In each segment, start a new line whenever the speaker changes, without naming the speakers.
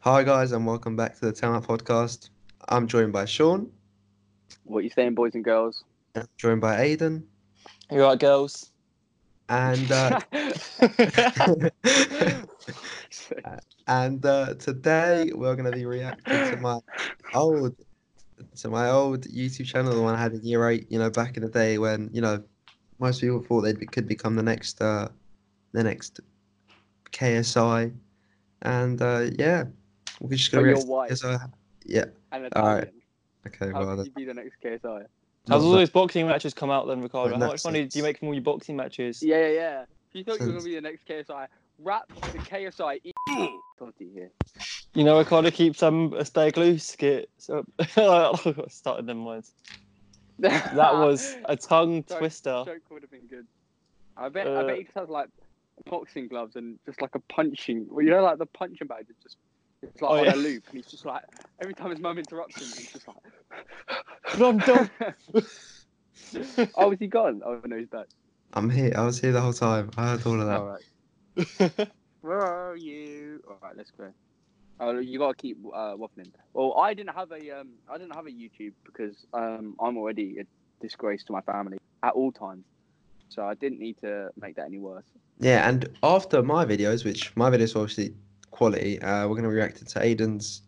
Hi, guys, and welcome back to the Talent Podcast. I'm joined by Sean,
What you saying, boys and girls?
and I'm joined by Aiden,
You right, girls?
and uh, and uh, today we're going to be reacting to my old to my old YouTube channel, the one I had in year eight. You know, back in the day when you know most people thought they could become the next uh, the next KSI, and uh, yeah, we're just
But
going
you're
to
white.
KSI. Yeah.
and
Alright,
Italian.
Okay.
How
Well,
could
that's
you be the next KSI?
not
How's all
that-
those boxing matches come out then, Ricardo?
Like,
How
that
much money do you
sense.
make from all your boxing matches?
Yeah, yeah, yeah. If you thought you were
Since-
gonna be the next KSI, wrap the KSI. E- Conti here.
You know, Ricardo keeps um, a stag loose kit. So started them words. That was a tongue
Ah. Sorry.
twister.
joke would have been good. I bet. I
Uh,
bet he just has like boxing gloves and just like a punching. Well, you know, like the punching bag that just. It's like
Oh,
on
yeah.
a loop, and he's just like every time his mum interrupts him, he's just
But I'm done.
like. oh, is he gone? Oh no, he's back.
I'm here. I was here the whole time. I heard all of that.
All right. Where are you? All right, let's go. Oh, you gotta keep uh, waffling. Well, I didn't have a um, I didn't have a YouTube because um, I'm already a disgrace to my family at all times, so I didn't need to make that any worse.
Yeah, and after my videos, which my videos were obviously quality, uh, we're gonna react to Aiden's.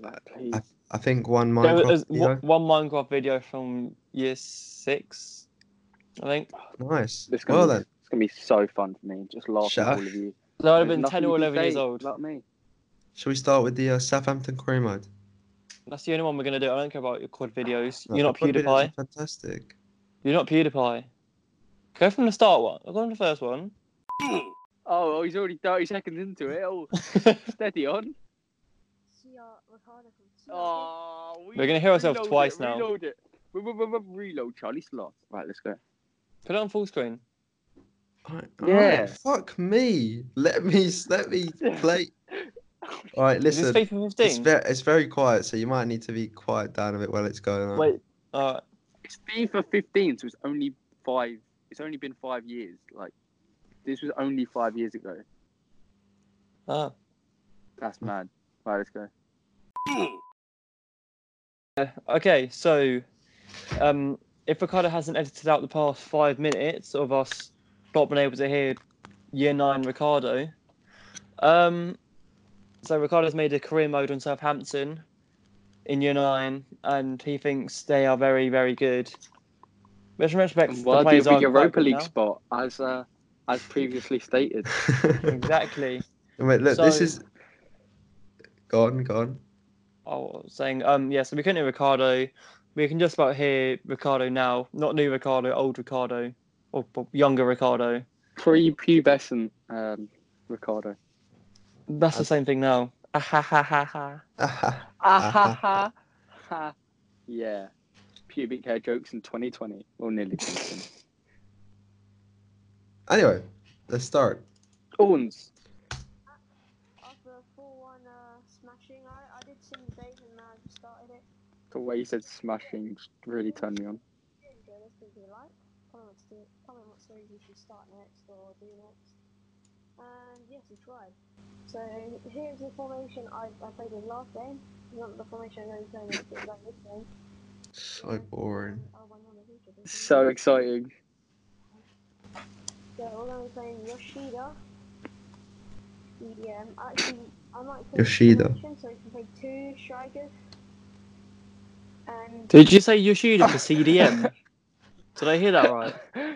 Like, please.
I think one
There
Minecraft
was
video.
one one Minecraft video from year six, I think.
Nice.
This is gonna
Well
be,
then,
it's gonna be so fun for me. Just laugh
Shut
at all
up.
of you.
So I'd have
There's
been
nothing
10
you
or
can
11 years
say
old.
Like me.
shall we start with the uh, Southampton career mode?
That's the only one we're going to do. I don't care about your quad videos.
No,
You're not
the quad videos are
PewDiePie.
Fantastic.
You're not PewDiePie. Go from the start one. Go from the first one.
Oh, well, he's already 30 seconds into it. Oh, steady on.
uh,
Oh, we
We're gonna hear ourselves
reload it,
twice now.
Reload it. Re- re- re- Reload, Charlie Slot. Right, let's go.
Put it on full screen.
Alright,
Yeah.
alright, Fuck me. Let me let me play. All right,
Is
listen.
this FIFA
It's,
15?
ve- it's very quiet, so you might need to be quiet down a bit while it's going on.
Wait. Alright.
It's FIFA 15, so it's only five. It's only been five years. Like this was only five years ago.
Ah.
That's mad. Right, let's go.
Okay, so um, if Ricardo hasn't edited out the past five minutes of us not being able to hear year nine Ricardo, um, so Ricardo's made a career mode on Southampton in year nine, and he thinks they are very, very good. Which in respect, the
Why
players
did we
aren't quite
Europa
good
League
now.
spot as uh, as previously stated?
Exactly.
Wait, look. This
So-
is. Gone, gone.
I was saying, um, yeah, so we couldn't hear Ricardo. We can just about hear Ricardo now. Not new Ricardo, old Ricardo, or, or younger Ricardo.
Pre-pubescent um, Ricardo.
That's the same thing now. Ah, ha, ha, ha, ha.
ha,
Ah ha ha ha. Yeah. Pubic hair jokes in 2020. Well, nearly. 2020.
anyway, let's start.
Owens.
After a 4-1 uh, smashing, I, I did sing the bass and I just started it.
The way you said smashing just really turned me on.
Here we go, that's going to be like. Probably what, to do, probably what series you should start next or do next. And yes, he tried. So here's the formation I, I played in last game. Not the formation I'm going to play in like this game.
So boring.
I won on the feature, didn't I?
So exciting.
So we're going to be playing Yoshida. EDM. Actually, I might play
Yoshida.
So we can play two strikers. And
Did you say Yoshida for CDM? Did I hear that right?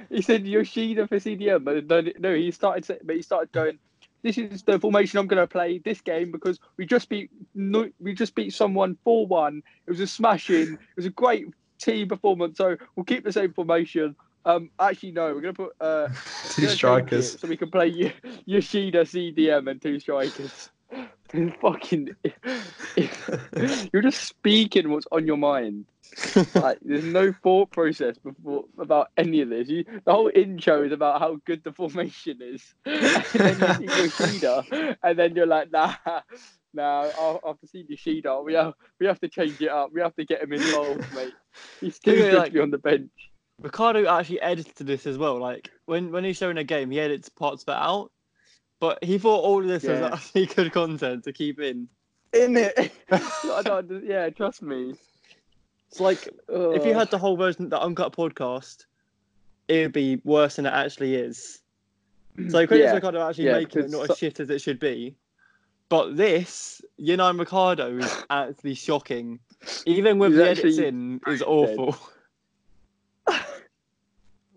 he said Yoshida for CDM, but no, no, he started. sa- But he started going. This is the formation I'm going to play this game because we just beat no, we just beat someone four one. It was a smashing. It was a great team performance. So we'll keep the same formation. Um, actually no, we're going to put uh,
Two
we're gonna change
strikers.
it so we can play Yo- Yoshida CDM and two strikers. Fucking, you're just speaking what's on your mind like, there's no thought process before about any of this. You, the whole intro is about how good the formation is, and then you see Yoshida, and then you're like, nah, nah. I'll- After seeing Yoshida, we have we have to change it up. We have to get him involved, mate. He's too
Dude,
good
like-
to be on the bench.
Ricardo actually edited this as well. Like when when he's showing a game, he edits parts of it out. But he thought all of this
Yeah.
was actually good content to keep in.
In it. I don't, yeah, trust me.
It's like uh, if you had the whole version, the uncut podcast, it would be worse than it actually is. So credit
Yeah.
to Ricardo actually
Yeah,
making it
because
not
so-
as shit as it should be. But this, you know, Ricardo is actually shocking. Even with
He's
the edits
actually
in, is awful.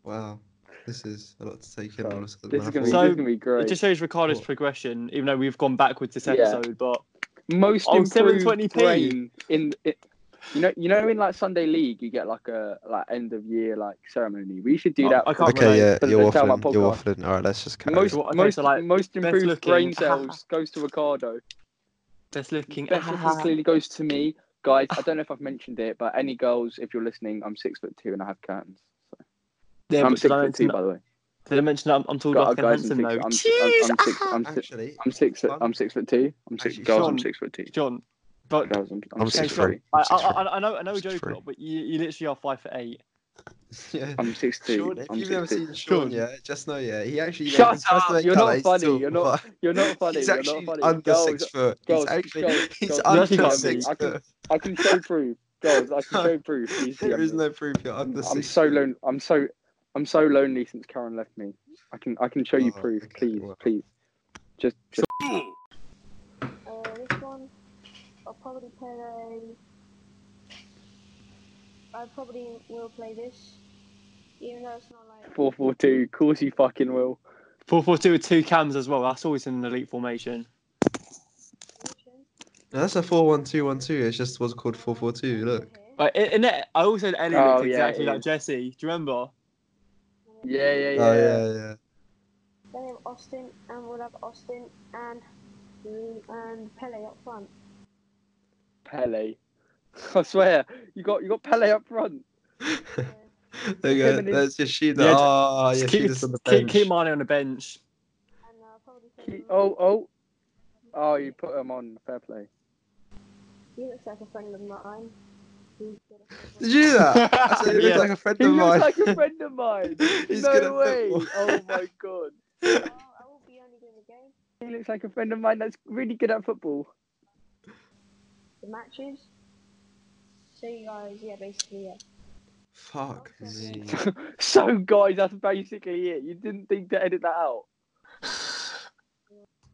Wow, this is a lot to take in.
Oh,
all of a sudden.
this
I
is gonna
thought-
be, this
So-
is gonna be
It
great.
just shows Ricardo's
What?
progression, even though we've gone backwards this
Yeah.
episode. But
Most
Oh,
improved
720p.
brain in it. You know, you know, in like Sunday League, you get like a like end of year like ceremony. We should do
Oh,
that.
I
for-
can't
okay, yeah,
for the
you're
Tell My
waffling. You're
Podcast.
waffling. All right, let's just carry.
Most
on.
Okay, so,
most
like,
most
best
improved
looking-
brain cells goes to Ricardo.
best looking,
Best looking clearly goes to me, guys. I don't know if I've mentioned it, but any girls, if you're listening, I'm six foot two and I have curtains.
Yeah,
I'm
but
six
did I
foot two,
mention-
by the way.
did I mention I'm, I'm tall,
Gu-
dark, and
guys,
handsome
I'm
though?
six, I'm, I'm, I'm six,
Ah!
I'm six,
Actually,
I'm six,
fun.
I'm six foot two. I'm six,
Actually,
girls,
Sean-
I'm six foot two.
John, but
Girls, I'm, I'm,
I'm
six
six
foot
three.
two.
I'm
I, I,
six three.
I, I know, I know, we
Six
joke a
three.
lot, but you, you literally are five foot eight.
Yeah.
I'm six two.
Sean,
If
I'm
you've
six
ever
two.
seen Sean,
Sean.
yeah, just know, yeah, he actually.
Shut
he tries to
up,
make
you're
out
not
that he's
funny,
tall,
you're not-
but
You're not funny.
He's
you're
actually
not funny.
under
girls,
six foot.
girls,
he's actually.
girls,
he's
girls.
You're actually
under
not
six
me.
I can-
foot.
I can show proof. Girls, I can show proof. Please
There
DM
is
me.
no proof you're under
I'm
six.
so
foot.
lon- I'm so I'm so lonely since Karen left me. I can I can show you
Oh,
proof,
okay,
please,
well.
please. Just, just
Uh, this one, I'll probably play. Um, I probably will play this, even though it's not like.
four four two. Of course you fucking will.
Four four two with two cams as well. That's always in an elite formation.
promotion.
No, that's a four-one-two-one-two. It's just what's called four-four-two. Look.
Uh,
Here,
But in, in it, I also said Ellie
Oh,
looked
yeah,
exactly
it
like
is.
Jesse. Do you remember?
and
Yeah, yeah, yeah.
Oh yeah, yeah.
Then we have Austin, and we'll have Austin and and Pele up front.
Pele. I swear, you got you got Pele up front.
There you go.
Feminine.
That's Yoshida.
Yeah,
Ah,
Just keep,
Yoshida's on the
keep,
bench.
keep Marnie on the bench.
And uh, probably play.
He- Oh, oh, oh! You put him on. Fair play.
He looks like a friend of mine. He's good at football.
Did you do that? I said he
Yeah.
looked like a friend
He
of mine.
looks like a friend of mine.
He's good
no
at
way!
football.
Oh my god.
Well, I will be only doing the game,
He looks like a friend of mine that's really good at football.
the matches. So you guys, yeah, basically, yeah.
Fuck me.
so guys, that's basically it. You didn't think to edit that out.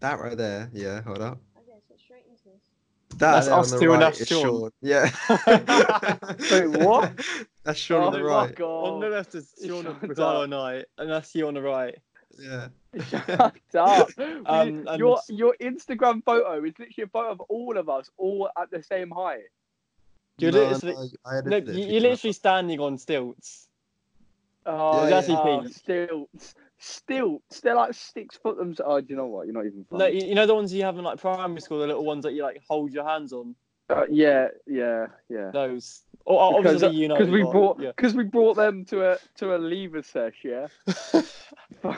That right there. Yeah, hold up.
Okay, so straight into this.
That
That's
there on
us
the
two and
right
that's
is
Sean.
Sean. Yeah.
Wait, what?
That's Sean on
Oh
the
my
right.
On the
God.
left is
It's
Sean
Sean
Ricardo
Dart.
and I, and that's you on the right.
Yeah.
Shut up.
Um, and-
your your Instagram photo is literally a photo of all of us, all at the same height.
You
No,
literally-
no, I
No,
edited it.
you, you're literally standing on stilts.
Oh,
Yeah,
yeah.
oh, stilts, stilts. They're like six foot. Them. Oh, do you know what? You're not even.
No,
funny.
you, you know the ones you have in like primary school, the little ones that you like hold your hands on.
Uh, yeah, yeah, yeah.
Those. Or or
Because,
obviously you know.
because we
you're-
brought
yeah.
because we brought them to a to a lever sesh, yeah. Fu-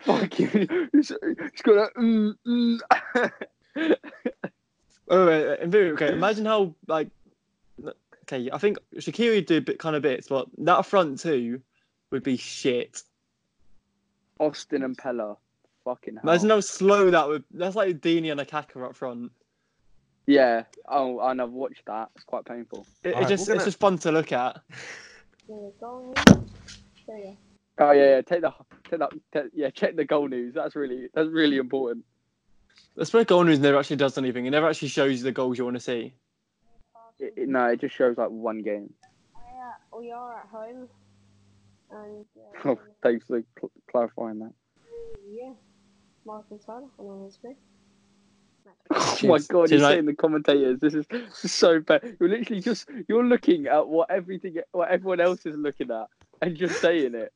Fuck you! It's, it's got a mm, mm.
Oh, wait, wait, and very- okay. Imagine how like okay. I think Shakiri would do bit kind of bits, but that front two would be shit.
Austin and Pella. Fucking hell.
Imagine how slow that would. That's like Dini and a Kaka up front.
Yeah. Oh, and I've watched that. It's quite painful.
It,
Alright,
it just
we're gonna-
it's just fun to look at.
The goal. So yeah.
Oh yeah, yeah. Take the take that. Take, yeah, check the goal news. That's really that's really important.
I suppose goal news never actually does anything. It never actually shows you the goals you want to see.
It, it- no, it just shows like one game.
I, uh, we are at home, and uh,
Oh, thanks for cl- clarifying that.
yeah, Martin Tyler on on his feet.
Oh my
Cheers.
god,
Cheers,
you're
mate.
saying the commentators. This is so bad. You're literally just you're looking at what everything what everyone else is looking at and just saying it.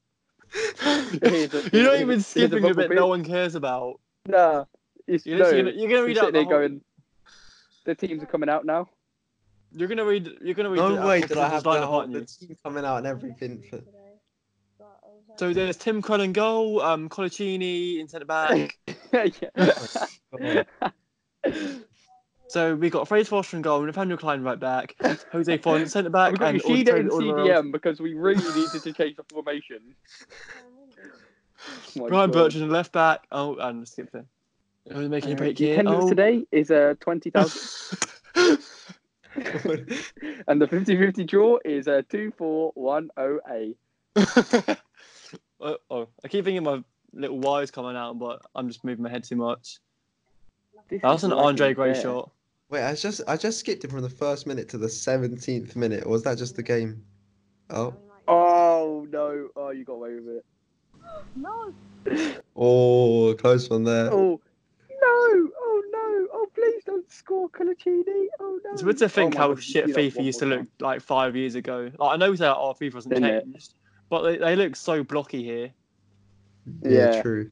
Here's a-
You're
here's
not
a-
even
here's a
skipping the bit
bumblebee.
no one cares about.
Nah, it's
You're,
no.
literally gonna, you're gonna
You're
read
sitting
out the
there
whole,
going. The teams are coming out now.
You're gonna read. You're gonna read.
No
the
way
actual
did I have
lineup,
the, whole,
aren't you?
the team coming out and everything. For...
uh,
So there's Tim Cullen goal, um, Colaccini in centre back.
yeah.
God.
so we got Fraser Foster in goal, Nathaniel Klein right back, Jose Font centre back,
We've got
and
Yoshida in
Alfredo Alvarado.
CDM because we really needed to change the formation. Oh my
Ryan
God.
Birch in left back. Oh, and skip there. Who's making a
Uh,
break
the
here?
attendance
Oh.
today is uh, 20,000. and the 50 50 draw is uh, 24108.
oh, oh, I keep thinking my little wires coming out, but I'm just moving my head too much.
This
That was
is
an Andre
working
Gray
there.
shot.
Wait, I just I just skipped it from the first minute to the seventeenth minute, or was that just the game? Oh,
Oh, no. Oh, you got away with it.
No,
oh, close one there.
Oh, no. Oh, no. Oh, please don't score, Colaccini. Oh, no.
It's weird to think
Oh my
how
God, you
shit
do that
FIFA
one
used to
more
look
time.
like five years ago. Like, I know we say like, oh, FIFA hasn't
Didn't it?
changed, but they, they look so blocky here.
yeah,
yeah.
true.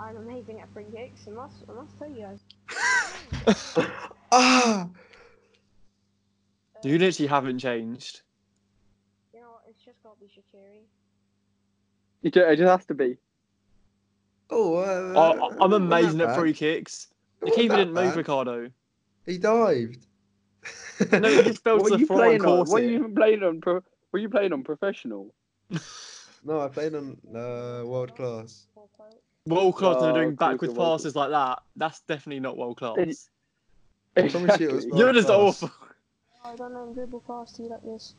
I'm amazing at free kicks. I must, I must tell you guys.
Ah,
Uh,
You literally haven't changed.
You know, what, it's just got to be Shaqiri.
It ju- it just has to be.
oh, uh,
I, I'm
wasn't
amazing
that
at
bad.
free kicks. The
Wasn't
keeper
that
didn't move
bad.
Ricardo.
He dived.
No, he just fell
What
to
are
the
you
floor and
playing on?
caught
What are
it.
you even playing on? Pro- what are you playing on professional?
No, I played on uh, world class.
Paul Pope.
World class and
Oh,
they're doing
of course
backward
it wasn't.
passes like that. That's definitely not world class.
Promise you it was
Exactly.
World
You're just
class.
awful.
I don't know dribble past you like this.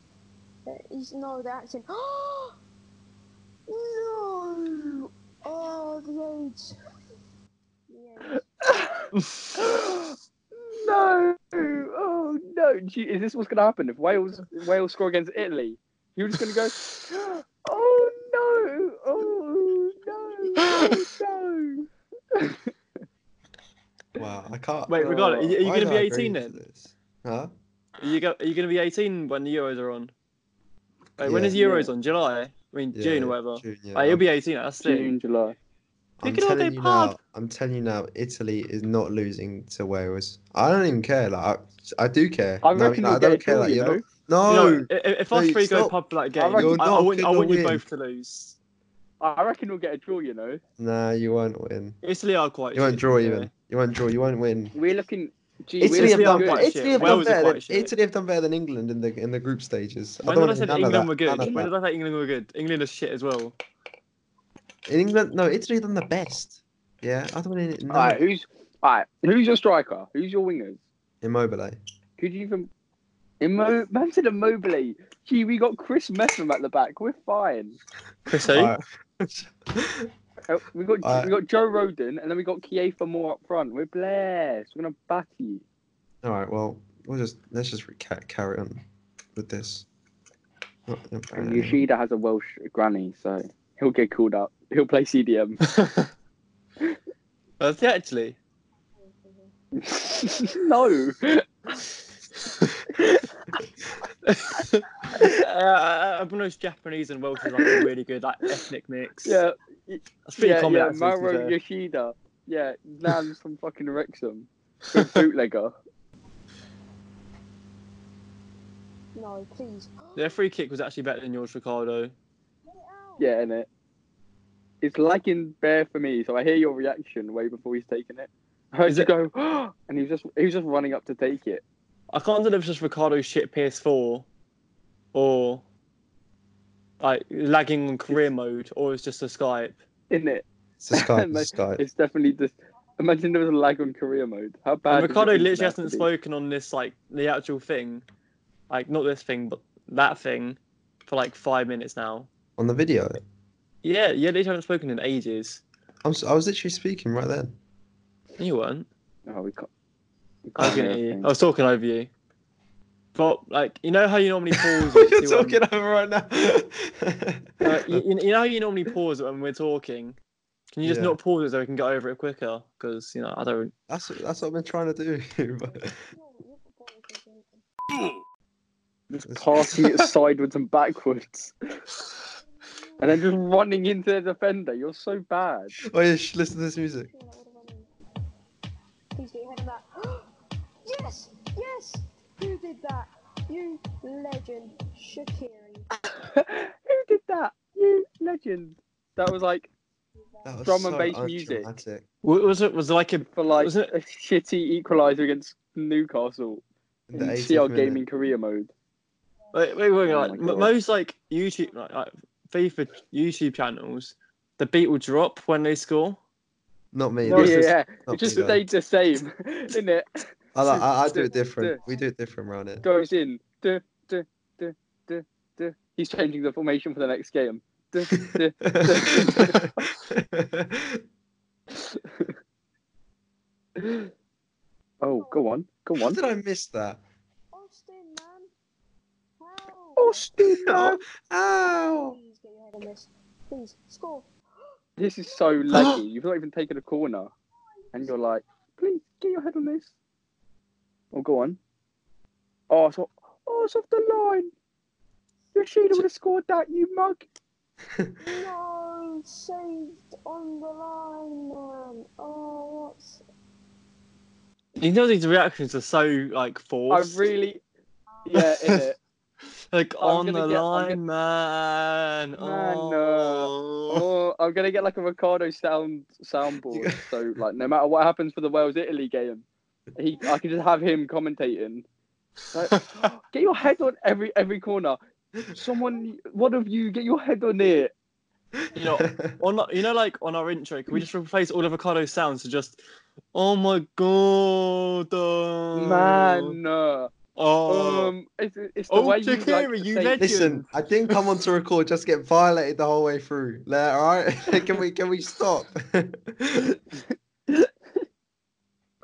Uh, He's no, they're acting. no! Oh, the AIDS. The AIDS.
no! Oh no! Gee, is this what's going to happen if Wales Wales score against Italy? You're just going to go. Oh no! Oh no! Oh no!
Wow, I can't.
Wait, Ricardo, are you,
why do
going to be
I agree
18
to
then?
this? Huh?
Are you, go, are you going to be 18 when the Euros are on? Wait, when
Yeah.
is the Euros
Yeah.
on? July? I mean,
Yeah,
June or whatever.
June, yeah.
Like, you'll be 18, that's sick.
June, July.
I'm
Pick it up,
telling
they
you
pub.
now. I'm telling you now. Italy is not losing to Wales. I don't even care. Like I, I do care.
I
No,
reckon
no,
you'll
I
get
don't
a
care.
draw,
like,
you
you're
know?
not. No,
You know, i- i- if us
no,
three go
stop.
pub for that
I
game,
reckon-
I, I
You're
want, I
not
want you
gonna
both to lose.
I reckon we'll get a draw, you know.
nah, you won't win.
Italy are quite.
You won't
shit,
draw
yeah.
even. You won't draw. You won't win.
We're looking. Gee,
Italy
we're
have
Wales
done
looking
are
better.
quite
Italy have done better. Than,
good.
shit. Wales are quite shit.
Italy have done better than England in the in the group stages. I
When
don't
did I say
want
that
none of
England were
that,
good?
none of
When
that.
did I say England were good? England are shit as well.
In England, no, Italy have done the best. Yeah, I don't want to no.
All right, who's all right? Who's your striker? Who's your wingers?
Immobile.
Could you even? Immo- Man said Immobile. Gee, we got Chris Messam at the back. We're fine.
Chris,
All
Uh, We got
Alright.
we got Joe Roden, and then we got Kiefer Moore up front. We're blessed. We're gonna back you.
All right. Well, we'll just let's just reca- carry on with this. Not- not
And
really.
Yoshida has a Welsh granny, so he'll get called up. He'll play CDM.
That's it, actually.
no.
uh, I've noticed Japanese and Welsh is like a really good like ethnic mix.
Yeah.
That's pretty
yeah.
common
Yeah.
actually. to be
Maro
fair.
Yoshida. Yeah. Nan's from fucking Wrexham. Good bootlegger.
No, please.
Their free kick was actually better than yours, Ricardo.
Get it out.
Yeah, in it. It's lagging bare for me, so I hear your reaction way before he's taking it. I heard
Is
you
it-
go, and he was just he was just running up to take it.
I can't tell if it's just Ricardo's shit PS4 or like lagging on career mode or it's just a Skype.
In it,
It's the Skype.
Mate,
It's the Skype.
it's definitely just. Imagine there was a lag on career mode. How bad?
And
does
Ricardo
your internet
literally
have to
hasn't
be?
spoken on this like the actual thing. Like not this thing, but that thing for like five minutes now.
on the video.
Yeah, yeah, literally haven't spoken in ages.
I'm, si was literally speaking right then.
You weren't.
Oh, we can't. we
I was
can't
gonna
hear
hear
a
you.
thing.
I was talking over you. But like you know how you normally pause.
What
when-
you're talking over right now?
Uh, you, you know how you normally pause it when we're talking. Can you just
Yeah.
not pause it so we can get over it quicker? Because you know I don't.
that's what, that's what I've been trying to do. but-
No, you're footballers are thinking.
Just passing it sideways and backwards, and then just running into the defender. You're so bad.
oh yeah, sh- listen to this music.
Sure, that would've been in. Please get your head on that. yes! Yes! You did that! You legend, Shaqiri.
Who did that? You legend. That was like
That was
Drum and
so
bass music.
undramatic.
W- Was it was it like a
for like
Wasn't
a shitty equaliser against Newcastle
In
in
the 80th
CR
minute.
Gaming Career mode.
wait wait, wait
Oh
like,
my
m-
God.
most like YouTube like, like FIFA YouTube channels, the beat will drop when they score.
Not me.
No,
this
yeah,
is-
yeah.
not
It just
me, guys.
stayed the same, isn't it?
I, like- I, I do it
do-
different. We do it different around here.
Goes in. Duh, duh, duh, duh, duh. He's changing the formation for the next game. Duh, duh. Oh, go on, go
How
on.
did I miss that?
Austin, man. How?
Oh,
Austin,
Ow! Ow!
Please get your head on this. Please score.
This is so laggy. You've not even taken a corner, and you're like, please get your head on this. Oh, go on. Oh, it's off, oh, it's off the line. Yoshida would have scored that, you mug.
No, saved on the line, man. Oh, what's
You can tell these reactions are so like
I
forced.
really, yeah, innit?
like
I'm
on
gonna
the
get- I'm
line,
gonna-
man.
Man,
oh.
Oh, I'm gonna get like a Ricardo sound soundboard. so like, no matter what happens for the Wales Italy game, he I can just have him commentating. Like, get your head on every every corner. Someone, one of you, get your head on it.
You know, on you know, like on our intro, can we just replace all of Ricardo's sounds to just, oh my god, uh,
Man, uh,
oh,
um, it's, it's the
Oh,
way you
Shakira,
like,
you
say-
legend.
Listen, I didn't come on to record just get violated the whole way through. Like, all right, can we can we stop? Ah,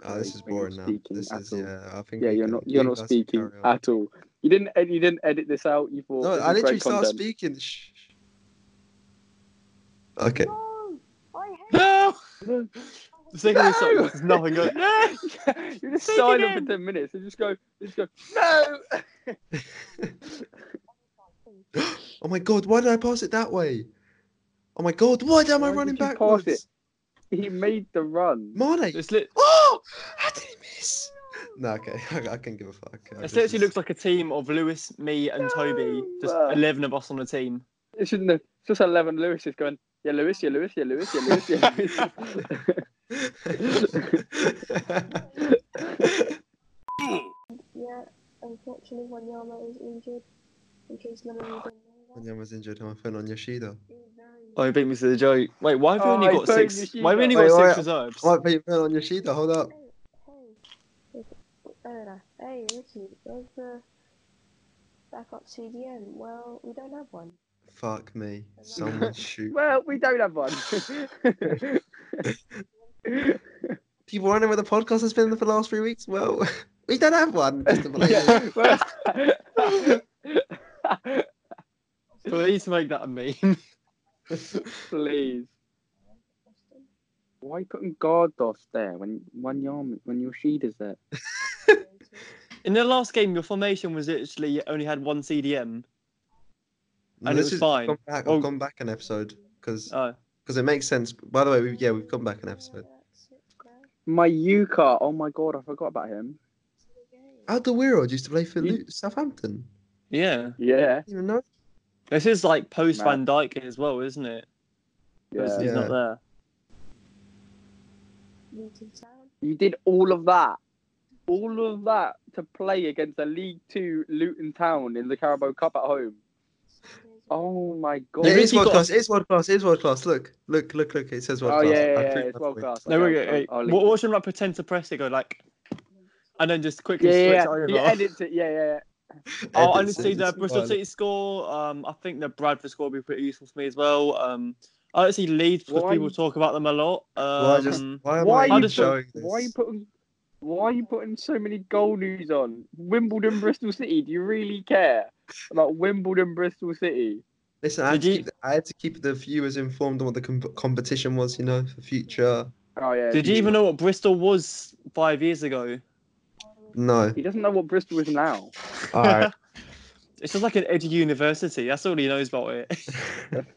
oh, this is
You're
boring now.
speaking
This
at
is
all.
yeah. I think
Yeah,
we
you're
can-
not you're
you
not
guys can
speaking
carry on.
at all. You didn't ed- you didn't edit this out. You thought
No,
this
I
is great
literally started
content.
speaking. Shh. Okay.
no? I hate.
no. The second we stop,
No!
there's nothing going. No.
you're just
Speak
silent
again.
for ten minutes and just go, just go. No,
Oh my god, why did I pass it that way? Oh my god, why am
Why
I
did
running
you pass
backwards?
it? he made the run.
Mane.
It's lit.
Oh, how did he miss? No, okay, I, I can give a fuck. I
It
just-
literally looks like a team of Lewis, me, and Toby. Just
No.
eleven of us on the team.
It shouldn't have. It's just 11 Lewis is going, yeah, Lewis, yeah, Lewis, yeah, Lewis, yeah, Lewis, yeah, Lewis.
Yeah, unfortunately, Wanyama is injured. In case none of you didn't know that.
Wanyama was injured on my phone on Yoshida.
He was very.
Oh, he beat me to the joke. Wait, why have we
Oh,
only
he
got
burned
six?
Yoshida.
Why have we only got
Wait,
six
wait,
reserves?
I might put your phone on Yoshida, hold up.
Hey, hey, Ola, hey, Ricky, where's the backup CDM? Well, we don't have one.
Fuck me. Someone shoot.
Well, we don't have one.
People wondering where the podcast has been for the last three weeks? Well, we don't have one. Just to blame you.
yeah, well,
Please make that a meme.
please. Why are you putting Gardos there when when Yam when Yoshida's there?
In the last game, your formation was literally only had one CDM.
No,
And it
this
was
is-
fine.
I've gone back, I've
Oh.
gone back an episode because
Oh,
it makes sense. By the way, we, yeah, we've gone back an episode.
My Yuka, oh my god, I forgot about him.
Alderweireld used to play for
You-
Lu- Southampton.
yeah.
Yeah,
You know?
This is like post Van
Mad.
Dyke as well, isn't it? 'Cause
yeah.
He's not there.
You did all of that, all of that to play against a League Two Luton Town in the Carabao Cup at home. Oh my god!
It is
Ricky
world
got a-
class. It is world class. It is world class. Look, look, look, look. It says world
Oh
class.
yeah,
I
yeah, yeah,
proved
it's
my
world
point.
class.
No, we
Okay, I'll-
wait,
I'll- I'll
wait.
link
Wa-
it.
Watch him like pretend to press it, go like, and then just quickly
Yeah,
switch
yeah,
over.
yeah. You edit it. Yeah, yeah.
Oh, I
Edit,
just see
edit,
the
it's
Bristol
fine.
City score. Um, I think the Bradford score will be pretty useful for me as well. Um, I don't see Leeds because
Why-
people talk about them a lot. Um,
Why just? Why am
why
I
you
even
just-
showing
yeah.
this?
Why are you putting? Why are you putting so many goal news on Wimbledon, Bristol City? Do you really care about Wimbledon, Bristol City?
Listen, I had,
Did
to
you-
keep, the- I had to keep the viewers informed on what the com- competition was. You know, for future.
Oh yeah.
Did you
he-
even know what Bristol was five years ago?
No.
He doesn't know what Bristol is now.
All right.
It's just like an edgy university. That's all he knows about it.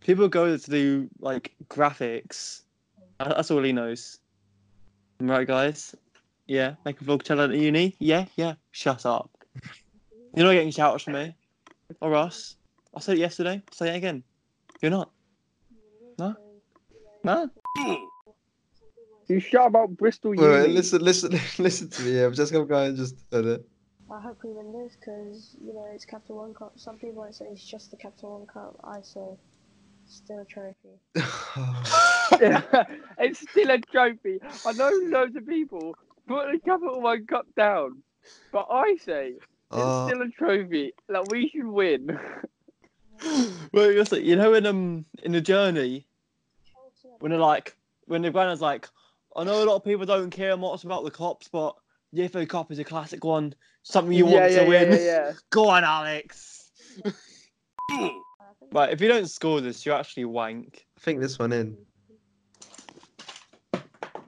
People go to do like graphics. Uh, That's all he knows. Right, guys? Yeah, make a vlog channel at uni. Yeah, yeah. Shut up. You're not getting shout outs from me or us. I said it yesterday. Say it again. You're not. No? No?
You shout about Bristol
Wait, wait,
Uni.
listen, listen, listen to me. Yeah, I'm just gonna go and just edit.
I hope we win this because you know it's Capital One Cup. Some
Uh,
people might say it's just the Capital One Cup. I say, still a trophy.
it's still a trophy. I know loads of people put the Capital One Cup down, but I say it's
Ah.
Uh,
still a trophy. Like we should win.
well, you also- you know, in um, in the journey,
Chelsea are
when they're like, when the granddad's like, I know a lot of people don't care much about the cops, but the FA Cup is a classic one, something you want to win.
Yeah, yeah.
Go on, Alex.
I think
Right, if you don't score this, you're actually wank.
I think this one in.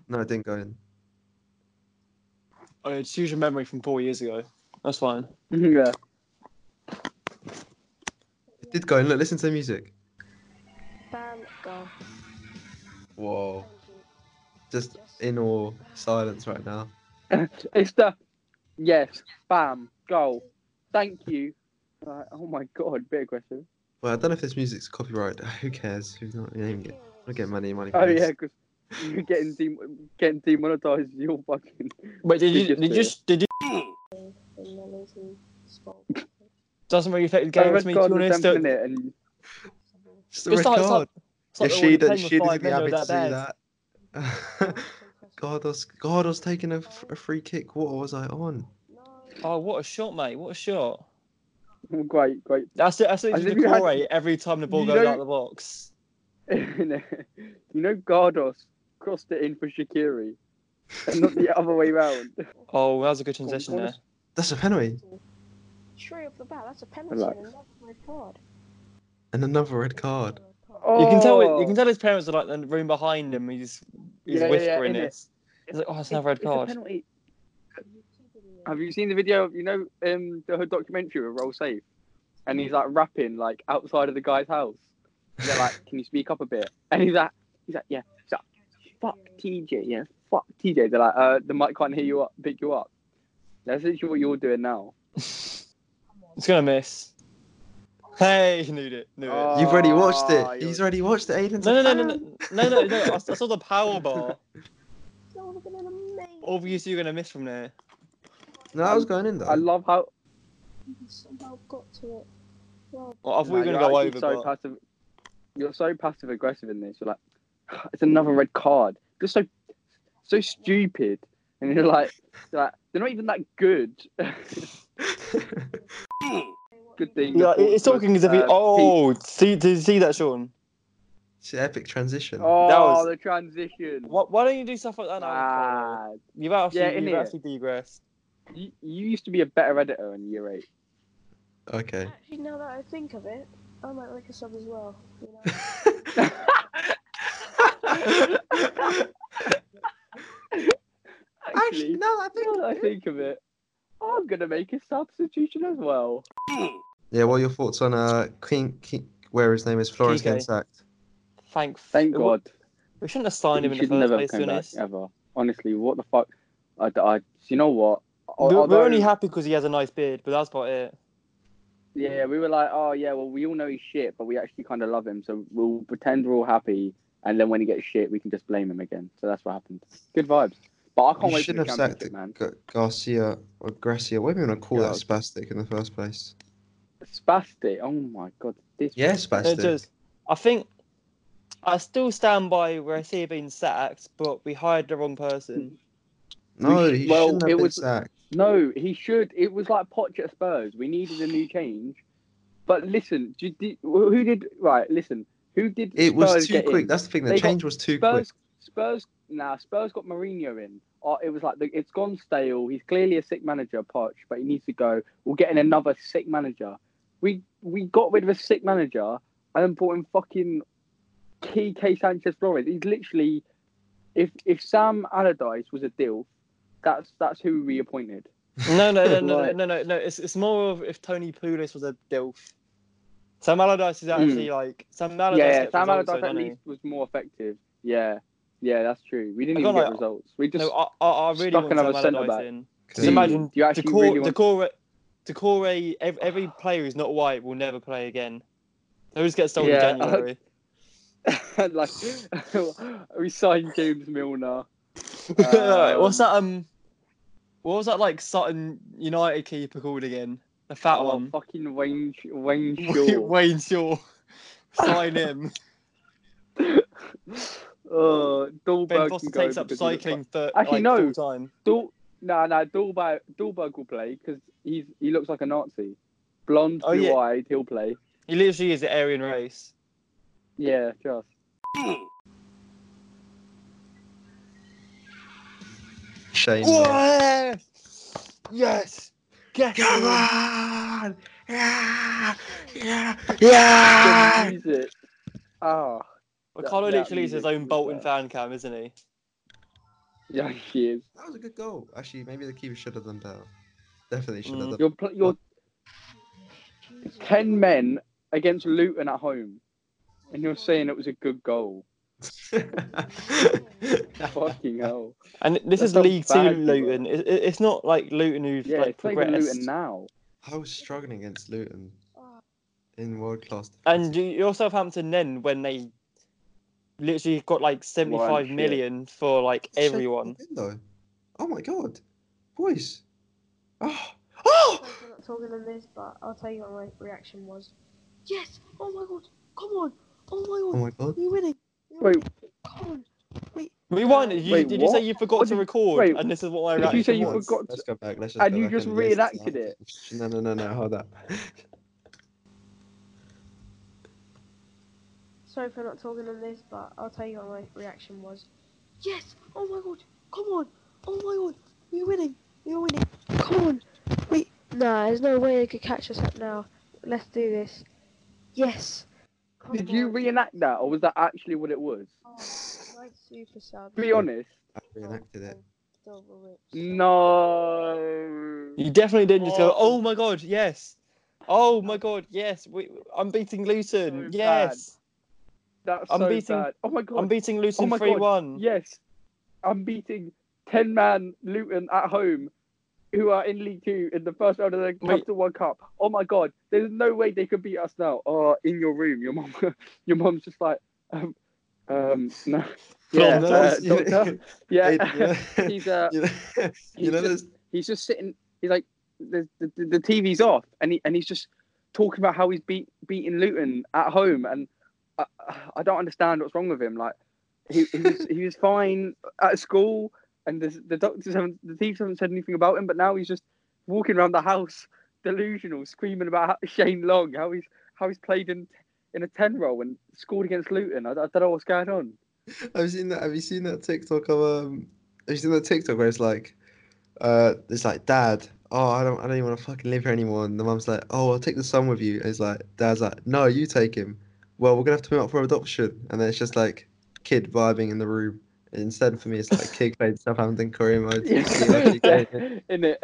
No, it didn't go in.
Oh, it's usual memory from four years ago. That's fine.
yeah. yeah.
It did go in. Look, listen to the music.
Bam, goal.
Whoa.
Thank you.
Just in awe, silence right now.
It's the yes, bam, goal. Thank you. Like, oh my god, bit aggressive.
Well, I don't know if this music's copyright. Who cares? Who's not naming it? I get money, money.
Oh
please.
yeah, because you're getting dem- getting demonetized. You're fucking.
Wait, did
You
you?
just
Did
did
you?
it.
Did you?
In the losing spot.
Doesn't really affect the
I
game
read
to me. To
God
be
in the
honest,
tenth
Don't-
minute, and
Just a
it's like, it's
record.
like, it's like
if she,
the one
did,
playing with
she
five
doesn't be
men
happy
were
to see
bad.
that. God, I was, God, I was taking a, f- a free kick. What was I on?
No.
Oh, what a shot, mate! What a shot!
oh, great, great.
That's it. That's
And
literally
then
the
you had-
core rate every time the ball
you
goes
know-
out of the box.
you know, Gardos crossed it in for Shakiri, and not the other way round.
Oh, that was a good transition
on,
there.
That's a penalty
Straight off the bat, that's a penalty
Relax.
and another red card.
and another red card.
Oh,
You can tell. it- You can tell his parents are like in the room behind him. He's
Yeah,
he's
yeah, yeah,
whispering
innit?
it. He's like, oh, it's another red
it's a
card.
penalty. Have you seen the video? Of, you know, um, the documentary with Roll Safe, and he's like rapping like outside of the guy's house. And they're like, "Can you speak up a bit?" And he's like, "He's like, yeah, fuck TJ, yeah, fuck TJ." They're like, "Uh, the mic can't hear you up, pick you up." That's literally what you're doing now.
It's gonna miss. Hey, he knew it. Knew it.
Oh,
You've already watched
Oh,
it. He's
you're-
already watched it. Aiden's
Ah, No,
a
no, no, no,
fan.
no, no, no, no. I, I saw the power bar.
No, look at that amazing.
All you see, you're gonna miss from there.
No, I was going in though.
I love how Oh.
You somehow got to it. Well,
Well, I thought we were
No,
gonna
you're
go
actually
over,
So
but
passive, you're so passive aggressive in this. You're like, it's another red card. Just so, so stupid. And you're like, you're like they're not even that good. good thing.
yeah,
the
it's
ball
talking as if he.
was, uh,
Oh, see, did you see that, Sean?
it's an epic transition.
peak. oh,
that was-
the transition.
Why, why don't you do stuff like that now? Connor?
Ah,
You've actually,
Yeah,
you've
innit?
actually degressed.
you, you used to be a better editor in year eight.
Okay.
actually, now that I think of it, I might like a sub as well. You know?
Actually,
no, I
now that I think of it, I'm gonna make a substitution as well.
Yeah, what are your thoughts on uh King, King where his name is Flores
Kike.
getting sacked?
Thank,
Thank
we-
God.
We shouldn't have signed him
He
in the
should never
first
have
place, to be
come back,
honest.
ever. Honestly, what the fuck? I, I- you know what?
We're, we're
Although-
only happy because he has a nice beard, but that's about it.
Yeah, we were like, oh yeah, well we all know he's shit, but we actually kind of love him, so we'll pretend we're all happy, and then when he gets shit, we can just blame him again. So that's what happened. Good vibes. But I can't
You
wait for
should
the
have sacked
championship,
G-
man.
Garcia or Gracia. What do you want to call that
God.
spastic in the first place?
Spastic. Oh my god, this.
Yeah,
It
spastic.
does. I think I still stand by where I see it being sacked, but we hired the wrong person.
No,
We-
he
well,
shouldn't have
it
been
was-
sacked.
No, he should. It was like Poch at Spurs. We needed a new change. But listen, do, do, who did right? Listen, who did
It was
Spurs
too
get in?
quick. That's the thing. The
They got
change was too quick.
Spurs, Spurs, nah, Spurs got Mourinho in. Uh, it was like the, it's gone stale. He's clearly a sick manager, Poch, but he needs to go. We're getting another sick manager. We we got rid of a sick manager and then brought in fucking KK Sanchez Flores. He's literally, if if Sam Allardyce was a deal, that's that's who we appointed.
No, no, no, no, no,
Right.
no, no, no. It's, it's more of if Tony Pulis was a DILF. Sam Allardyce is actually like Sam Allardyce.
Hmm. yeah,
gets
Sam
results,
Allardyce
though,
at
doesn't he?
least was more effective. Yeah, yeah, that's true. We didn't
I
even
got,
get
like,
results. We just
No, I, I, I really
stuck
want Sam
another centre-back.
Allardyce in. Just
Do you-
imagine
do you actually
Decore,
really want-
Decore, Decore, every, every player who's not white will never play again. Those get sold
Yeah,
in January.
like we signed James Milner.
Alright,
Um,
what's that? Um, what was that like Sutton United keeper called again? The fat
oh,
one.
Fucking Wayne, Sh- Wayne Shaw.
Wayne Shaw. Sign him.
Uh,
Ben
Dahlberg can
Foster
go
takes up
because of the-
cycling for
Actually,
like,
no.
full time.
Dahl, nah, nah, Dahlberg, Dahlberg will play because he's he looks like a Nazi. Blonde,
Oh, yeah.
blue-eyed, he'll play.
He literally is the Aryan race.
Yeah, just.
Shame. though.
Yes, yes, get
Come
him.
on! Yeah! Yeah!
The
Yeah!
music. Ah,
Ricardo
That- that
literally is his
music
own
was
Bolton
bad.
fan cam, isn't he?
yeah, he is.
That was a good goal. Actually, maybe the keeper should have done better. Definitely should have
Mm.
done.
You're pl- you're ten men against Luton at home, and you're saying it was a good goal. Fucking hell.
And this
That
is
sounds
League Two
bad, bro.
Luton. It, it- it's not like Luton who've
Yeah,
like
it's not even
progressed.
Luton now.
I was struggling against Luton
Oh,
in world class.
And you- you're Southampton then when they literally got like
Right,
75
shit.
million for like
Shut
everyone.
up, Window. Oh my god. Boys. Oh. Oh!
We're not talking on this, but I'll tell you what my reaction was. Yes! Oh my god! Come on! Oh
Oh
my god!
my god.
You're winning! You're
Wait.
winning. Come on!
Rewind. it. You,
Wait,
did you say
what?
you forgot
What
to
did-
record?
wait,
and this is what my
did you
reaction
say you
Come on,
was.
forgot
Let's
to-
go back. Let's just
and
go
you
back
just
and listen to
reenacted
that. No, no, no, no. Hold up.
Sorry for not talking on this, but I'll tell you what my reaction was. Yes! Oh my god! Come on! Oh my god! We're winning! We're winning! Come on! Wait! Nah, there's no way they could catch us up now. Let's do this. Yes! Come
Did you
on.
reenact that, or was that actually what it was?
Oh, my super sub.
Be honest.
I reenacted it.
Double it.
No.
You definitely didn't just go,
Oh.
oh my god, yes. Oh my god, yes. We, I'm beating Luton.
So
yes.
That's
I'm
so
beating-
bad. Oh my god.
I'm beating Luton
my God.
3 1.
yes. I'm beating ten man Luton at home, who are in League Two in the first round of the Capital One Cup. Oh my god. There's no way they could beat us now. Oh, in your room, your mom, your mom's just like, um, um, no. Yeah,
no,
uh,
you know-
doctor,
Hey,
yeah.
you
He's uh,
know, you know, you know
he's just-
there's
he's just sitting. He's like the, the, the TV's off, and he and he's just talking about how he's beat beating Luton at home, and I, I don't understand what's wrong with him. Like he, he was he was fine at school, and the the doctors haven't the teachers haven't said anything about him, but now he's just walking around the house delusional, screaming about how- Shane Long, how he's how he's played in in a ten role and scored against Luton. I, I don't know what's going on.
I've seen that. Have you seen that TikTok of um? Have you seen that TikTok where it's like, uh, it's like dad. Oh, I don't, I don't even want to fucking live here anymore. And the mum's like, oh, I'll take the son with you. And it's like, dad's like, no, you take him. Well, we're gonna have to put him up for adoption. And then it's just like, kid vibing in the room. And instead for me, it's like kid playing Southampton career mode.
Yeah.
Yeah,
in it.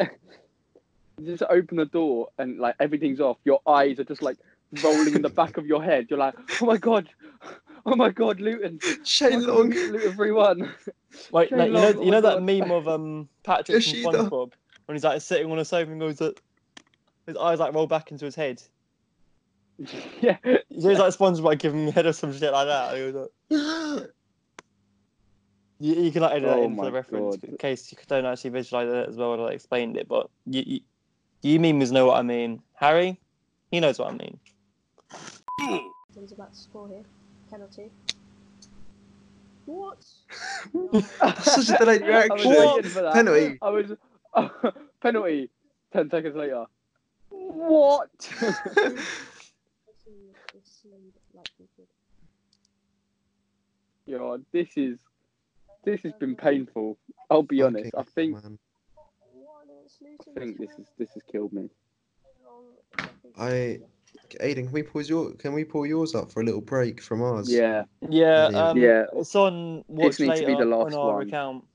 Just open the door and like everything's off. Your eyes are just like rolling in the back of your head. You're like, oh my god, oh my god, Luton,
Shane
Oh my God,
Long.
Luton three one.
Wait,
Shane
no, you know,
Long, oh
you
my
know that
God.
meme of um Patrick from
Yoshida.
SpongeBob when he's like sitting on a sofa and goes, that his eyes like roll back into his head.
yeah,
He's like SpongeBob giving him a head or some shit like that. He was like- you, you can like edit that
Oh
in for
my
the reference
God.
in case you don't actually visualize it as well when I explained it. But you, you, you memes know what I mean. Harry, he knows what I mean.
He's about to score here. Penalty. What?
Such a delayed
I was
reaction.
waiting for that.
Penalty.
I was penalty. Ten seconds later. What? God, this is this has been painful. I'll be honest. I
Fucking
think
man.
I think this is this has killed me.
I- Aiden, can we pause your? Can we pull yours up for a little break from ours?
Yeah.
Yeah,
Yeah.
um,
Yeah.
It's on
This
watch
needs to
later
be the last
on our
one.
account.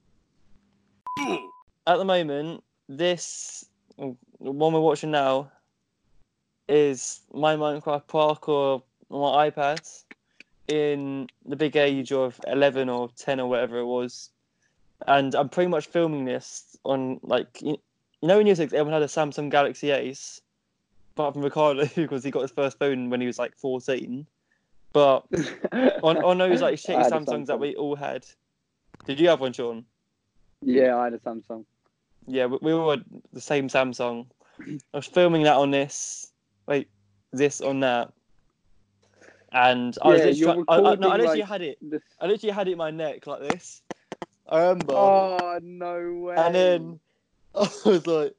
At the moment, this oh, the one we're watching now is my Minecraft parkour on my iPad in the big age of eleven or ten or whatever it was, and I'm pretty much filming this on like you, you know in year six everyone had a Samsung Galaxy Ace, apart from Ricardo because he got his first phone when he was like fourteen, but on, on those like
I
shitty
had a
Samsungs that
Samsung.
we all had. Did you have one, Sean?
Yeah, I had a Samsung.
Yeah, we, we all had the same Samsung. I was filming that on this. Wait, this on that. and I was
Yeah,
just
you're
trying. I, I, no, I
recording,
literally
like-
had it.
The...
I literally had it in my neck like this. I remember.
Oh no way!
and then I was like,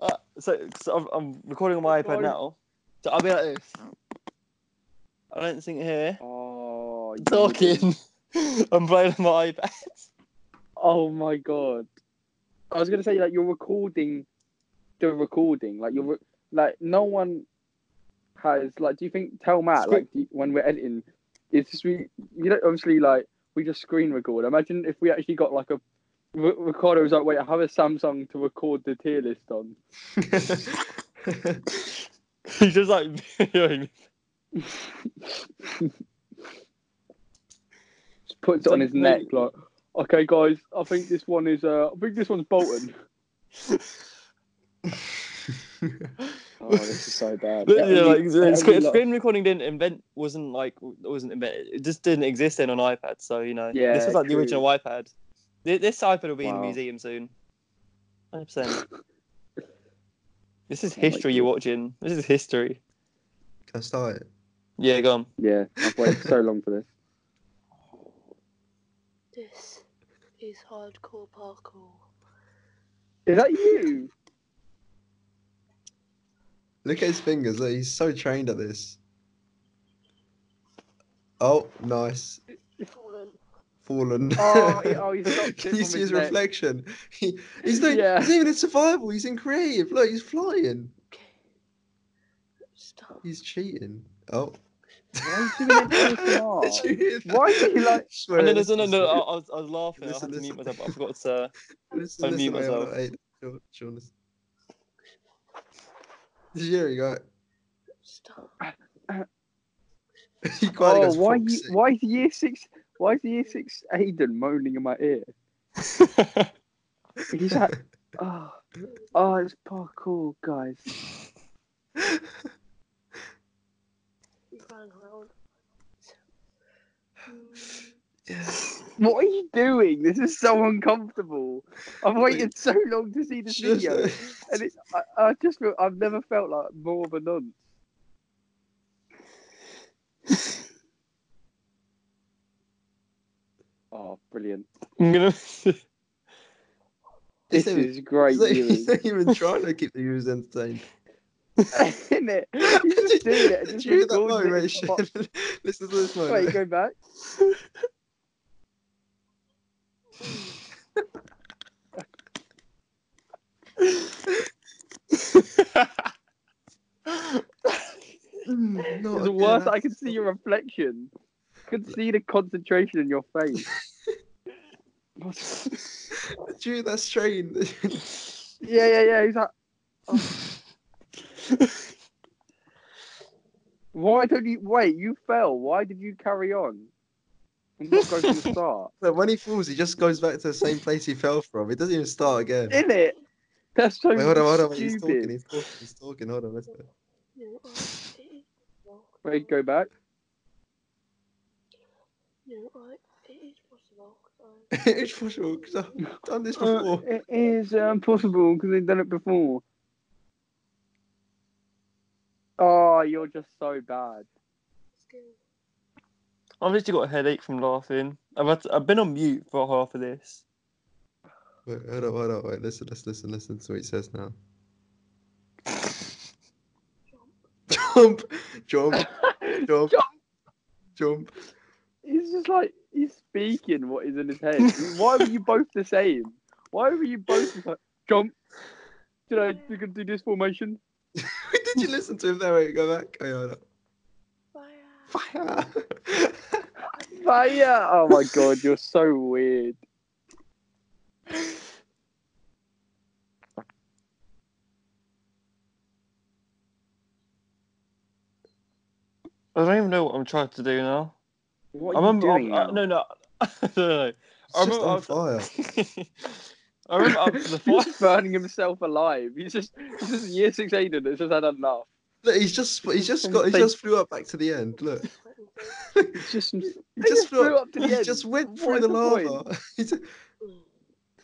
uh, so, so I'm, I'm recording on my iPad
Sorry.
now. So I'll be like this. I don't think here.
oh, you-
Talking. I'm playing on my iPad.
Oh my god! I was gonna say like you're recording the recording, like you're re- like no one has like. Do you think tell Matt
Screen-
like do you- when we're editing, it's just we you know obviously like we just screen record. Imagine if we actually got like a R- Ricardo was like, wait, I have a Samsung to record the tier list on.
He's just like videoing me.
Just puts it on his neck like. Okay, guys. I think this one is. Uh, I think this one's Bolton. Oh, this is so bad.
Yeah, like,
That would be
screen,
like-
screen recording didn't invent wasn't like wasn't invented. It just didn't exist then on iPad. So you know,
Yeah,
this was like
true.
the original iPad. Th- This iPad will be in
Wow.
the museum soon. Hundred percent. This is
Oh my
history you're watching. This is history.
Can I start it?
Yeah, go on.
Yeah, I've waited so long for this.
This is hardcore parkour.
Is that you?
Look at his fingers. Look, he's so trained at this. Oh, nice.
Fallen.
Fallen.
Oh, he- oh, he's adopted
Can you
from
see
his
his
neck.
reflection? He, he's doing.
Yeah.
He's not even in survival. He's in creative. Look, he's flying.
Okay. Stop.
He's cheating. Oh.
Why is he doing it so
Did you hear that?
Oh. Why is he like-
Swear,
And then there's
listen,
Oh, no, no,
listen,
oh,
I, I was, I was laughing.
Listen,
I had to mute
listen.
myself. but I forgot to.
listen,
I mute
listen, wait, hold
myself.
on, wait. Sean- Sean, listen. Did you hear he got?
Stop.
He quite
Oh,
goes
why you,
foxy.
why is year six? Why is year six Aiden moaning in my ear? He's like, oh, oh, it's parkour, guys.
You ran around. Hmm.
Yeah.
What are you doing? This is so uncomfortable. I've waited so long to see this
Just,
video,
uh,
and it's, I, I just feel I've never felt like more of a nonce. Oh, brilliant!
I'm gonna.
This
Isn't it-
is great
he's not-
viewing.
he's not even trying to keep the viewers entertained.
in it. You just do it.
Did
Just
you hear that
record
moment,
it.
Rachel? Listen to this moment.
Wait, go back.
Mm, not
It's the
again,
worst.
that's-
I can see your reflection. I can see the concentration in your face. What-
Did you hear that strain?
yeah, yeah, yeah. He's like, oh. why don't you wait? You fell. Why did you carry on? And not go from the start.
Look, when he falls, he just goes back to the same place he fell from. It doesn't even start again.
In it. That's so
Wait, hold on, hold on. wait, He's talking.
stupid.
He's talking. He's talking. Hold on. Let's go.
You alright? It is possible.
Wait, go back.
You alright? It is possible. So.
it's for sure because I've done this
Uh,
before.
it is um, possible because they've done it before. Oh, you're just so bad.
Let's go.
I've literally got a headache from laughing. I've had to, I've been on mute for half of this.
Wait, hold on, hold on. Wait, listen, let's listen, listen to what he says now. Jump, jump, jump, jump.
He's just like he's speaking what is in his head. Why were you both the same? Why were you both just like jump? Did I you can do this formation?
Did you listen to him there? Wait, go back. Oh, Wait, hold on.
Fire.
Fire.
Fire! Oh my god, you're so weird.
I don't even know what I'm trying to do now.
What
I
are you
remember.
doing?
I, I,
now?
uh, no, no, no, no.
It's
I
just
remember
on
after-
fire.
I remember after the
He's
fire.
just burning himself alive. He's just he's just year six Aiden that's just had enough.
Look, he's just he's just got he just flew up back to the end. Look,
It's just
he
They
just flew.
up to the
He
end.
just went
What
through
is
the
point?
lava. He's-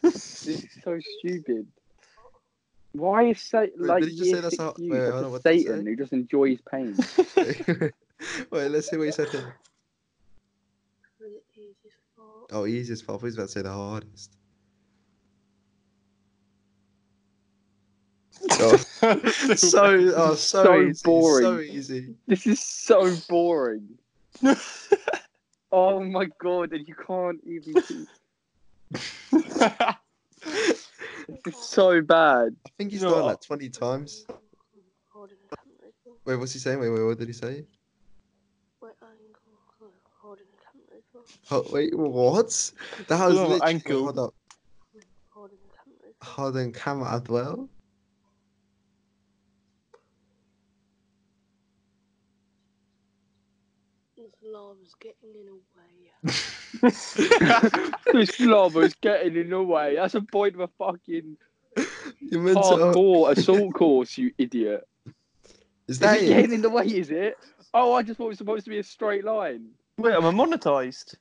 This is so stupid. Why is Sa- like
did he just
year
say that's
six
how-
you
wait, wait,
such
hold on,
a
what did he
Satan
say?
who just enjoys pain?
Wait, Wait, let's see what he said. To...
Was it easiest fault?
Oh, easiest part. He's about to say the hardest. Oh, so, oh, so,
So
easy, So
boring.
easy.
This is so boring. oh my god, and you can't even. It's so bad.
I think he's
You know
done
what?
that 20 times.
Holding a camera. open.
Wait, what's he saying? Wait, wait, what did he say?
Wait, angle. Holding a camera. open.
Oh, wait, what? That was
No,
literally.
ankle.
Hold up.
Holding a camera. open.
Hold on, camera as well.
This lava's getting in the way.
this lava's getting in the way. That's a point of a fucking
Oh,
You meant to.
hardcore assault course, you idiot.
Is
Is
that
it
it?
getting in the way, is it? Oh, I just thought it was supposed to be a straight line.
Wait, am I monetized?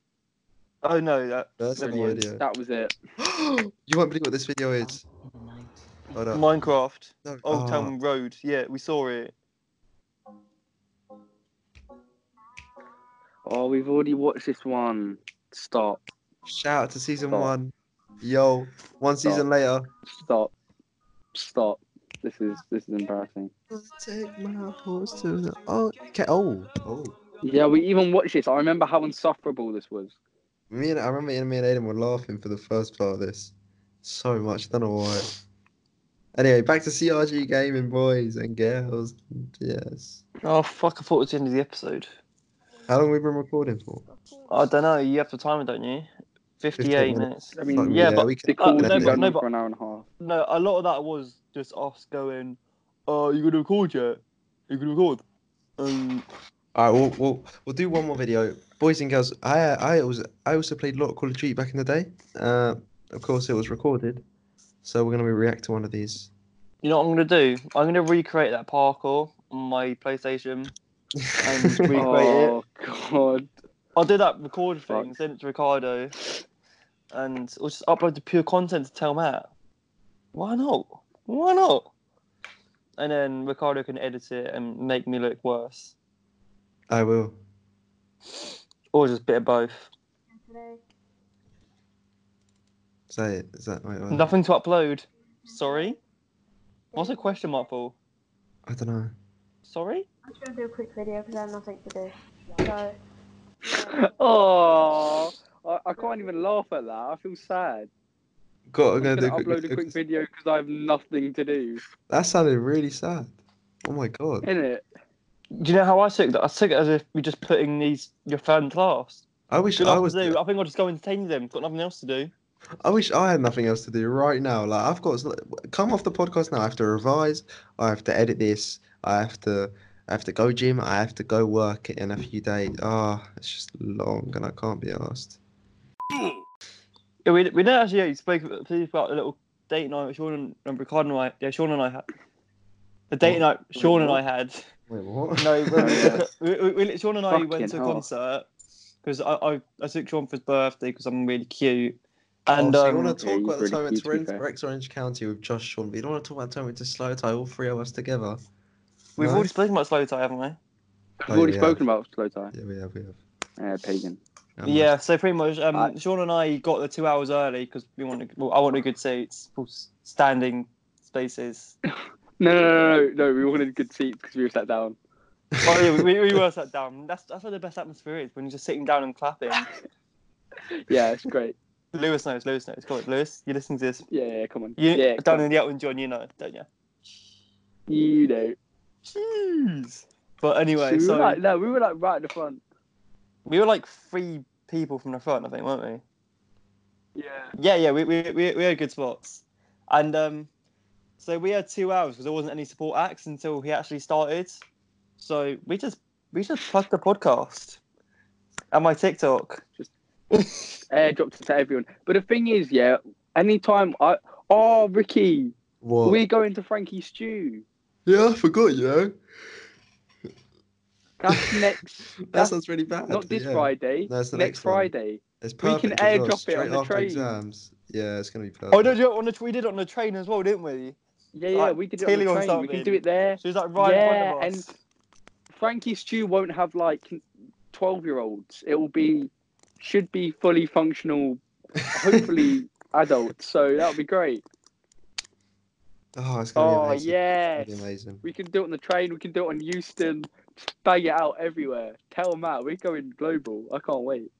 Oh no, that.
No, that's not the
Brilliant.
video.
That was it.
you won't believe what this video is. Hold up.
Minecraft,
No,
Old
oh,
Town Road. Yeah, we saw it.
Oh, we've already watched this one. Stop.
Shout out to season
Stop.
one. Yo, one
Stop.
season later.
Stop. Stop. This is this is embarrassing.
Take my horse to the. Oh, okay. Oh, oh.
Yeah, we even watched this. I remember how insufferable this was.
Me and I remember Ian- me and Aiden were laughing for the first part of this so much. Don't know why. Anyway, back to CRG gaming, boys and girls. Yes.
Oh fuck! I thought it was the end of the episode.
How long have we been recording for?
I don't know. You have the timer, don't you? 58
15
minutes.
I mean,
Fuck me,
yeah, but
we
The
could
call
Oh, no,
has
definitely-
been going
but- no,
on
but-
for an hour and a half.
No, a lot of that was just us going, "Oh, you gonna record yet? You gonna record?" Um,
All right, we'll, we'll we'll do one more video, boys and girls. I I was I also played a lot of Call of Duty back in the day. Uh, of course, it was recorded, so we're gonna be react to one of these.
you know what I'm gonna do? I'm gonna recreate that parkour on my PlayStation. And we- Recreate it.
Oh god.
I'll do that record
Fuck.
thing, send it to Ricardo, and we'll just upload the pure content to tell Matt. Why not? Why not? And then Ricardo can edit it and make me look worse,
I will.
or just a bit of both.
Today,
Is that it? Is that wait, wait.
Nothing to upload. Sorry. What's a question mark for?
I don't know.
Sorry.
I'm just gonna do a quick video because I have nothing to do. So, yeah,
Oh, I, I can't even laugh at that. I feel sad.
God, I'm
I'm
gonna
gonna
do a
upload a quick video because I have nothing to do.
That sounded really sad. Oh my god.
In it.
Do you know how I took that? I took it as if we're just putting these your fan class.
I wish
Good
I
enough
was.
to do. I think I'll just go entertain them. Got nothing else to do.
I wish I had nothing else to do right now. Like I've got come off the podcast now. I have to revise. I have to edit this. I have to. I have to go gym. I have to go work in a few days. Ah, it's just long, and I can't be asked.
Yeah, we we didn't actually yeah, you spoke about, spoke about a little date night. with Sean and, and Ricardo and I. Yeah, Sean and I had the date
What?
night. Sean and I
what?
had.
Wait, what?
No, we,
yeah.
we, we, we- Sean and I
Fucking
went to a
hell.
concert because I, I I took Sean for his birthday because I'm really cute. And
oh, so you
um,
want to
yeah,
talk
he's
about the
really
time
cute,
it's
to be
Orange,
fair.
Rex Orange County with Josh Sean, but you don't want to talk about the time it's a slow tie, all three of us together.
we've
No?
already spoken about slow tie, haven't we?
We've
Oh,
already
yeah.
spoken about slow tie.
Yeah, we have, we have.
Yeah, pagan.
Um,
Yeah, so pretty much, um,
I-
Sean and I got the two hours early because we wanted. Well, I wanted good seats, full s- standing spaces.
No, no, no, no, no. We wanted good seats because we were sat down.
Oh yeah, we, we were sat down. That's that's where the best atmosphere is when you're just sitting down and clapping.
Yeah, it's great.
Lewis knows. Lewis knows. Come on, Lewis, you listen to this.
Yeah, yeah come on.
You
yeah, come
down
on.
in the Elton John, you know, don't you?
you know.
Jeez. But anyway,
we
so
were like, no, we were like right at the front.
we were like three people from the front, I think, weren't we?
Yeah.
Yeah, yeah, we we we, we had good spots, and um, so we had two hours because there wasn't any support acts until he actually started. So we just we just plugged the podcast and my TikTok.
Airdropped it to everyone. But the thing is, yeah, anytime I. Oh, Ricky,
What?
we're going to Frankie Stew.
Yeah, I forgot, you know.
That's next.
That
that's
sounds really bad.
not
but
this
yeah.
Friday.
No, it's the
next
next one.
Friday.
It's perfect.
can
as well,
airdrop it on
straight
the
after
train.
exams. Yeah, it's going to be perfect.
Oh no, do you know, on the, we did it on the train as well, didn't we?
Yeah, yeah,
Like,
we did it on
Tilly
the
or
train. We
something.
can do it there.
She was like right in front
Yeah,
of us.
Frankie Stew won't have like twelve year olds. It will be should be fully functional, hopefully adults. So that would be great.
oh, it's gonna
Oh
be amazing.
yeah,
It's gonna be amazing.
we can do it on the train. We can do it on Houston. Just bang it out everywhere. Tell Matt we're going global. I can't wait.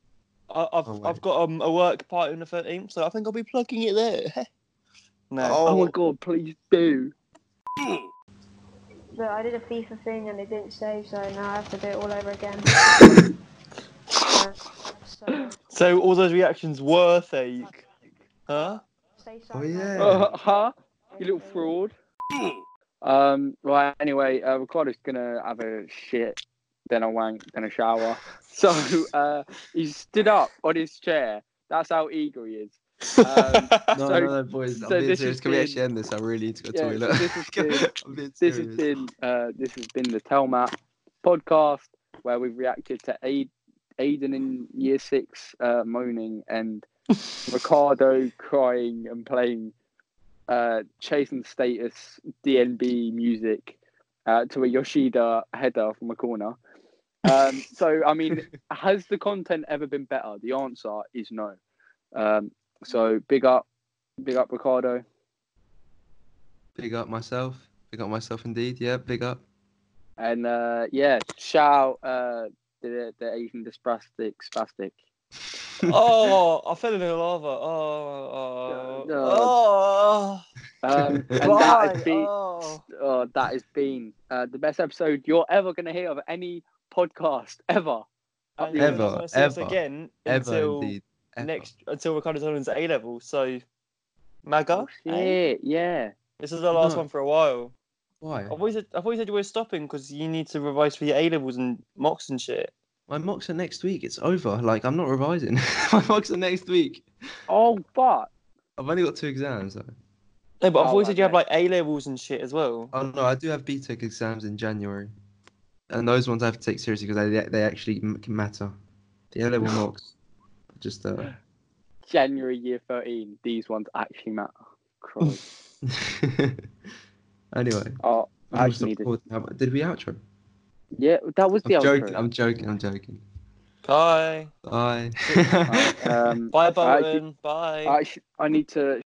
I, I've
Oh, wait.
I've got um, a work party on the thirteenth, so I think I'll be plugging it there. no.
Oh,
Oh,
my god, please do.
But I did a FIFA thing and it didn't save, so now I have to do it all over again. Uh, so,
So all those reactions were fake, huh?
say
Oh,
something.
yeah.
Uh, huh? You little fraud. Um. Right. Anyway, uh, Ricardo's gonna have a shit, then a wank, then a shower. So uh, he stood up on his chair. That's how eager he is. Um,
no,
so-
no, no, boys. I'm
so
being
this
serious.
has
Can we
been-
actually end this? I really need to go to
Yeah,
the
so
toilet.
this has been-
I'm being
this has
serious.
been uh, this has been the Telmat podcast where we've reacted to Aid, Aiden in year six uh, moaning and Ricardo crying and playing uh, chasing status DNB music uh, to a Yoshida header from a corner. Um, so I mean, has the content ever been better? The answer is no. Um, so big up, big up Ricardo.
Big up myself. Big up myself indeed. Yeah, big up.
And uh, yeah, shout out uh, the the Asian dysplastic spastic.
oh, I fell in the lava. Oh, oh,
No.
oh.
Um, and that
Why?
has been
Oh.
oh, that has been uh, the best episode you're ever gonna hear of any podcast ever.
And you're
Ever,
not gonna see us
ever,
again
Ever
until
indeed. Ever.
next until Ricardo's on his A level. So, Maga, eh?
Oh, Shit, yeah.
this is our last
No.
one for a while.
Why?
I've always said, I've always said you were stopping because you need to revise for your A levels and mocks and shit.
My mocks are next week. It's over. Like I'm not revising. My mocks are next week.
Oh, but
I've only got two exams. Though.
No, but I've
Oh,
always said you have
okay.
like A levels and shit as well.
Oh no, I do have BTEC exams in January, and those ones I have to take seriously because they they actually m- can matter. The A level mocks, are just uh.
January year thirteen, these ones actually matter. Christ.
anyway,
oh,
I'm
I
just
needed.
recording. How- Did we outro?
Yeah, that was
I'm
the
joking.
outro.
I'm joking. I'm joking.
Bye.
Bye.
Um,
Bye,
I actually-
Bowen. Bye.
I, um, sh- I need to